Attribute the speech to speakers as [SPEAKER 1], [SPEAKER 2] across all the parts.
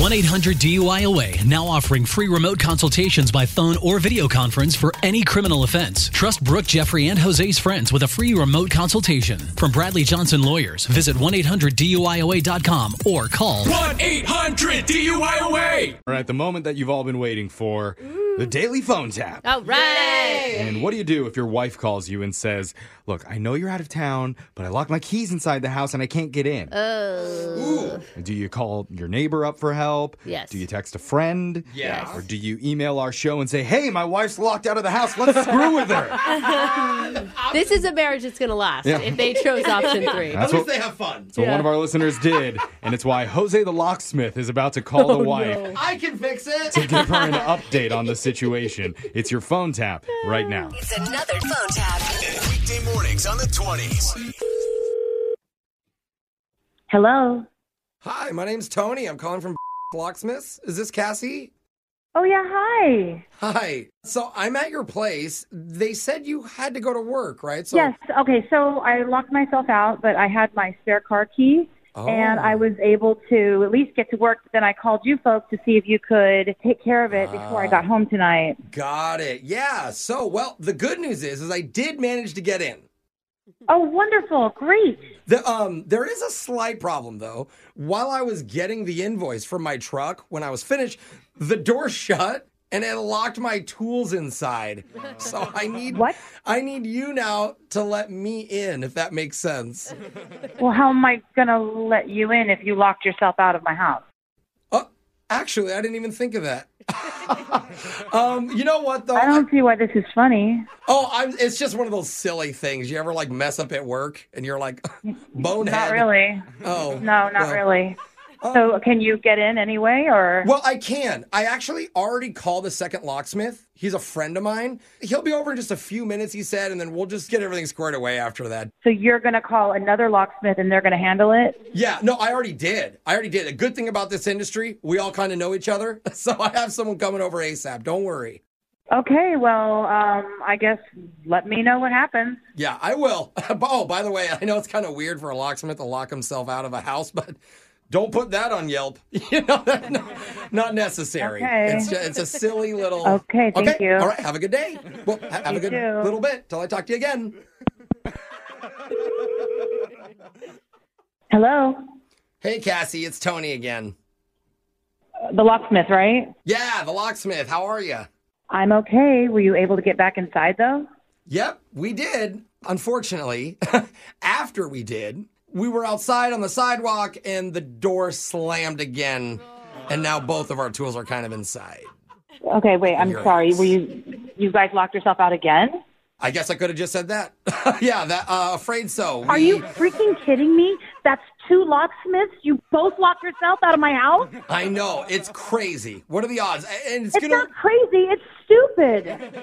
[SPEAKER 1] 1 800 DUIOA now offering free remote consultations by phone or video conference for any criminal offense. Trust Brooke, Jeffrey, and Jose's friends with a free remote consultation. From Bradley Johnson Lawyers, visit 1 800 DUIOA.com or call
[SPEAKER 2] 1 800 DUIOA.
[SPEAKER 3] All right, the moment that you've all been waiting for the daily phone tap.
[SPEAKER 4] All right.
[SPEAKER 3] And what do you do if your wife calls you and says, Look, I know you're out of town, but I locked my keys inside the house and I can't get in? Oh. Do you call your neighbor up for help?
[SPEAKER 4] Yes.
[SPEAKER 3] Do you text a friend?
[SPEAKER 4] Yes.
[SPEAKER 3] Or do you email our show and say, Hey, my wife's locked out of the house. Let's screw with her?
[SPEAKER 4] This is a marriage that's going to last
[SPEAKER 3] Yeah.
[SPEAKER 4] if they chose option three.
[SPEAKER 3] That's what,
[SPEAKER 5] they have fun.
[SPEAKER 3] that's what one of our listeners did. And it's why Jose the locksmith is about to call the wife
[SPEAKER 5] I can fix it.
[SPEAKER 3] to give her an update on the situation. It's your phone tap right now.
[SPEAKER 6] It's another phone tap.
[SPEAKER 2] Weekday mornings on the 20s.
[SPEAKER 7] Hello.
[SPEAKER 5] Hi, my name's Tony. I'm calling from Locksmiths. Is this Cassie?
[SPEAKER 7] Oh yeah, hi.
[SPEAKER 5] Hi. So I'm at your place. They said you had to go to work, right? So,
[SPEAKER 7] Yes. Okay, so I locked myself out, but I had my spare car key and
[SPEAKER 5] Oh.
[SPEAKER 7] I was able to at least get to work. But then I called you folks to see if you could take care of it before I got
[SPEAKER 5] Ah.
[SPEAKER 7] home tonight.
[SPEAKER 5] Got it. Yeah. So, well, the good news is, is I did manage to get in.
[SPEAKER 7] Oh, wonderful. Great.
[SPEAKER 5] The, um, there is a slight problem though. While I was getting the invoice from my truck, when I was finished, the door shut and it locked my tools inside. So I need
[SPEAKER 7] What?
[SPEAKER 5] I need you now to let me in, if that makes sense.
[SPEAKER 7] Well, how am I going to let you in if you locked yourself out of my house?
[SPEAKER 5] Oh, actually, I didn't even think of that. um, you know what though?
[SPEAKER 7] I don't see why this is funny.
[SPEAKER 5] oh, I'm, it's just one of those silly things. You ever like mess up at work and you're like bonehead?
[SPEAKER 7] Not really.
[SPEAKER 5] Oh
[SPEAKER 7] No, not
[SPEAKER 5] well. um,
[SPEAKER 7] really. So, can you get in anyway or
[SPEAKER 5] Well, I can. I actually already called the second locksmith. He's a friend of mine. He'll be over in just a few minutes, he said, and then we'll just get everything squared away after that.
[SPEAKER 7] so you're going to call another locksmith and they're going to handle it?
[SPEAKER 5] Yeah, no, I already did. I already did. A good thing about this industry, we all kind of know each other. So I have someone coming over ASAP. Don't worry.
[SPEAKER 7] Okay, well, um I guess let me know what happens.
[SPEAKER 5] Yeah, I will. Oh, by the way, I know it's kind of weird for a locksmith to lock himself out of a house, but don't put that on Yelp. You know, that's not, not necessary.
[SPEAKER 7] Okay.
[SPEAKER 5] It's, just, it's a silly little.
[SPEAKER 7] Okay, thank you.
[SPEAKER 5] All right, have a good day. Well, ha- have a
[SPEAKER 7] You
[SPEAKER 5] good
[SPEAKER 7] too.
[SPEAKER 5] little bit till I talk to you again.
[SPEAKER 7] Hello,
[SPEAKER 5] Hey, Cassie, it's Tony again.
[SPEAKER 7] the locksmith, right?
[SPEAKER 5] Yeah, the locksmith. How are you?
[SPEAKER 7] I'm okay. Were you able to get back inside though?
[SPEAKER 5] Yep, we did. Unfortunately, after we did, we were outside on the sidewalk and the door slammed again. And now both of our tools are kind of inside.
[SPEAKER 7] Okay, wait. I'm
[SPEAKER 5] You're
[SPEAKER 7] sorry.
[SPEAKER 5] right.
[SPEAKER 7] Were you you guys locked yourself out again?
[SPEAKER 5] I guess I could have just said that. yeah, that uh, afraid so.
[SPEAKER 7] Are
[SPEAKER 5] We-
[SPEAKER 7] you freaking kidding me? That's two locksmiths. You both locked yourself out of my house.
[SPEAKER 5] I know it's crazy. What are the odds? A- And it's,
[SPEAKER 7] It's
[SPEAKER 5] gonna.
[SPEAKER 7] not crazy. It's stupid.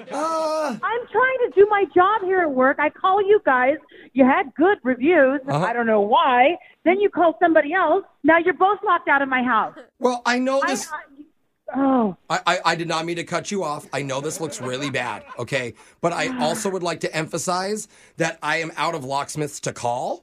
[SPEAKER 5] Uh,
[SPEAKER 7] I'm trying to do my job here at work. I call you guys. You had good reviews.
[SPEAKER 5] Uh-huh.
[SPEAKER 7] I don't know why. Then you call somebody else. Now you're both locked out of my house.
[SPEAKER 5] well, I know
[SPEAKER 7] I,
[SPEAKER 5] this.
[SPEAKER 7] I, oh,
[SPEAKER 5] I, I, I did not mean to cut you off. I know this looks really bad, okay? But I also would like to emphasize that I am out of locksmiths to call.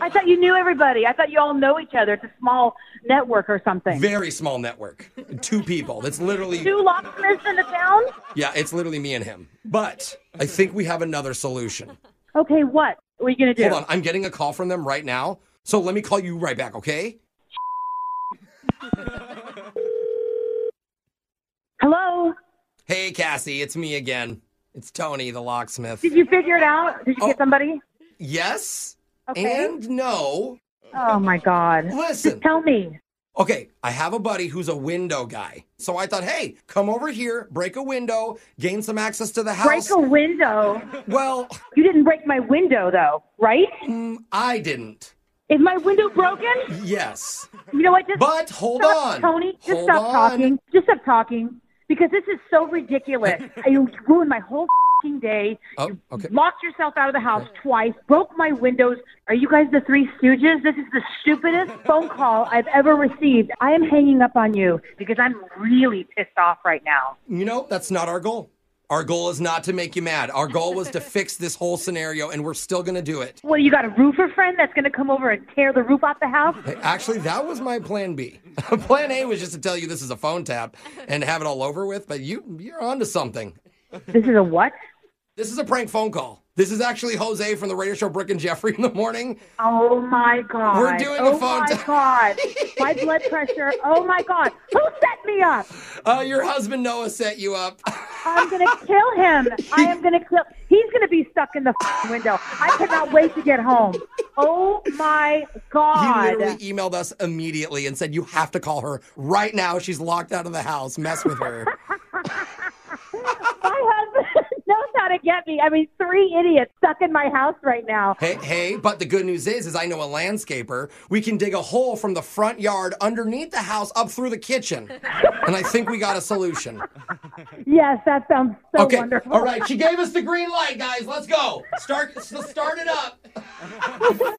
[SPEAKER 7] I thought you knew everybody. I thought you all know each other. It's a small network or something.
[SPEAKER 5] Very small network. Two people. That's literally,
[SPEAKER 7] Two locksmiths in the town?
[SPEAKER 5] yeah, it's literally me and him. But I think we have another solution.
[SPEAKER 7] Okay, what? What are you going to do?
[SPEAKER 5] Hold on. I'm getting a call from them right now. So let me call you right back, okay?
[SPEAKER 7] Hello?
[SPEAKER 5] Hey, Cassie, it's me again. It's Tony, the locksmith.
[SPEAKER 7] Did you figure it out? Did you
[SPEAKER 5] Oh.
[SPEAKER 7] get somebody?
[SPEAKER 5] Yes
[SPEAKER 7] Okay.
[SPEAKER 5] and no.
[SPEAKER 7] Oh, my God.
[SPEAKER 5] Listen.
[SPEAKER 7] Tell me.
[SPEAKER 5] Okay, I have a buddy who's a window guy. So I thought, hey, come over here, break a window, gain some access to the house.
[SPEAKER 7] Break a window.
[SPEAKER 5] well,
[SPEAKER 7] You didn't break my window, though, right?
[SPEAKER 5] I didn't.
[SPEAKER 7] Is my window broken?
[SPEAKER 5] Yes.
[SPEAKER 7] You know what? Just
[SPEAKER 5] But hold
[SPEAKER 7] stop,
[SPEAKER 5] on.
[SPEAKER 7] Tony. Just
[SPEAKER 5] Hold
[SPEAKER 7] stop
[SPEAKER 5] on.
[SPEAKER 7] talking. Just stop talking because this is so ridiculous. you ruined my whole fing day.
[SPEAKER 5] Oh,
[SPEAKER 7] you
[SPEAKER 5] okay.
[SPEAKER 7] locked yourself out of the house twice. Broke my windows. Are you guys the Three Stooges? This is the stupidest phone call I've ever received. I am hanging up on you because I'm really pissed off right now.
[SPEAKER 5] You know, that's not our goal. Our goal is not to make you mad. Our goal was to fix this whole scenario, and we're still going to do it.
[SPEAKER 7] Well, you got a roofer friend that's going to come over and tear the roof off the house?
[SPEAKER 5] Actually, that was my plan B. plan A was just to tell you this is a phone tap and have it all over with, but you you're onto something.
[SPEAKER 7] This is a what?
[SPEAKER 5] This is a prank phone call. This is actually Jose from the radio show Brooke and Jeffrey in the morning.
[SPEAKER 7] Oh my god.
[SPEAKER 5] We're doing
[SPEAKER 7] oh
[SPEAKER 5] a phone
[SPEAKER 7] my
[SPEAKER 5] tap.
[SPEAKER 7] god. My blood pressure. Oh my god. Who set me up?
[SPEAKER 5] Uh, your husband Noah set you up.
[SPEAKER 7] I'm gonna kill him. I am gonna kill. He's gonna be stuck in the f***ing window. I cannot wait to get home. Oh my
[SPEAKER 5] He
[SPEAKER 7] god.
[SPEAKER 5] literally emailed us immediately and said, You have to call her right now. She's locked out of the house. Mess with her.
[SPEAKER 7] My husband knows how to get me. I mean, three idiots stuck in my house right now.
[SPEAKER 5] hey, hey, but the good news is, is I know a landscaper. We can dig a hole from the front yard underneath the house up through the kitchen. And I think we got a solution.
[SPEAKER 7] Yes, that sounds so
[SPEAKER 5] Okay.
[SPEAKER 7] wonderful.
[SPEAKER 5] All right. She gave us the green light, guys. Let's go. Start, s- start it up.